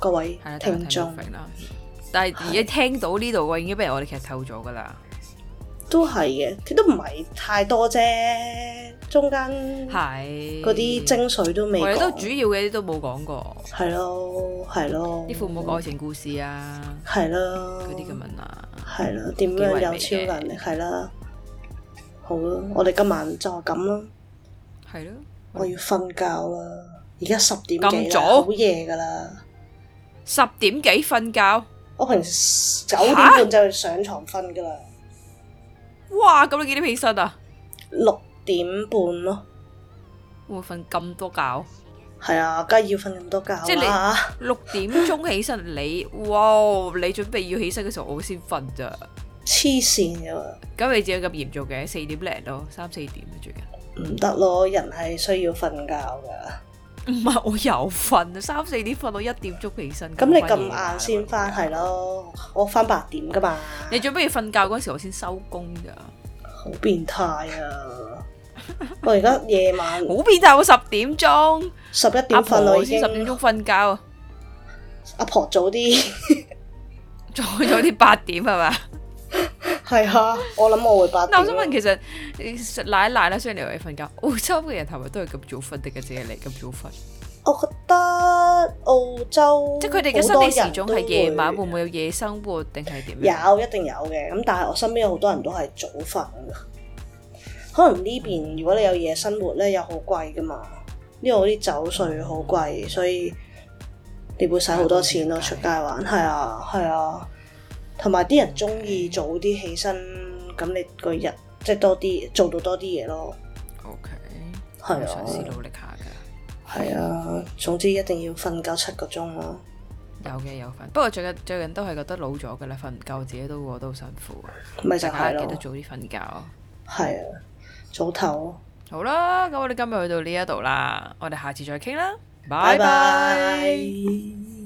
B: 各位
A: 係啦，啊睇
B: 聽眾
A: 睇啦。但係而家聽到呢度嘅已經俾我哋劇透咗㗎啦，
B: 都係嘅，佢都唔係太多啫，中間。
A: 係
B: 嗰啲精髓都未
A: 我哋都主
B: 講，
A: 要嘅都冇講過，
B: 係咯，係咯，
A: 啲父母嘅愛情故事啊，
B: 係咯，
A: 嗰啲咁樣啊，
B: 係咯，點樣有超能力係啦，好啦，我哋今晚就咁啦，
A: 嗯係咯，
B: 我要瞓覺啦，而家十點幾
A: 咁
B: 啦，
A: 早
B: 好夜噶啦，
A: 十點幾瞓覺，
B: 我平時九點半就上床瞓噶啦，
A: 哇！咁你幾點起身啊？
B: 六點半咯，
A: 會唔會瞓咁多覺？
B: 係啊，梗係要瞓咁多覺
A: 即係
B: 啦，
A: 六點鐘起身，你哇！你準備要起身嘅時候，我先瞓咋。
B: 黐線噶嘛，
A: 咁你只有咁嚴重嘅，四點零咯，三四點啊最近。
B: 唔得咯，人係需要瞓覺噶。
A: 唔係我又瞓，啊三四點瞓到一點鐘起身。
B: 咁你咁晏先翻係咯，我翻八點噶嘛，
A: 你準備要瞓覺嗰時，我先收工咋。
B: 好變態啊！我而家夜晚
A: 好變態！我十點鐘，
B: 十一點
A: 阿
B: 瞓咯，
A: 婆
B: 已
A: 先
B: 經
A: 十點鐘瞓覺啊，
B: 阿婆早啲
A: 再咗啲八點係嘛？
B: 係啊，我諗我會八
A: 但
B: 點
A: 我想
B: 咯
A: 問，。其實其實奶奶啦，雖然你話你瞓覺，澳洲嘅人係咪都係咁早瞓定係淨係你咁早瞓？
B: 我覺得澳洲
A: 即係佢哋嘅
B: 好
A: 生
B: 多
A: 理時
B: 人
A: 鐘
B: 都
A: 係夜晚，會
B: 會
A: 唔會有夜生活定係點樣？
B: 有一定有嘅，咁但係我身邊有好多人都係早瞓㗎可能呢邊如果你有夜生活咧，又好貴噶嘛。呢度啲酒税好貴，所以你會使好多錢咯，出街
A: 嗯
B: 玩係啊係啊。同埋啲人中意早啲起身，咁你個日即係多啲做到多啲嘢咯。
A: O K，
B: 係啊
A: 我嘗試努力下㗎。
B: 係啊，總之一定要瞓夠七個鐘咯。
A: 有嘅有瞓，不過最近最近都係覺得老咗㗎啦，瞓唔夠自己都覺得好辛苦。啊
B: 咪就
A: 大
B: 係
A: 家記
B: 咯
A: 得，早啲瞓覺。
B: 係啊，早唞咯。
A: 好啦，咁我哋今日去到呢一度啦，我哋下次再傾啦，拜拜。
B: 拜拜。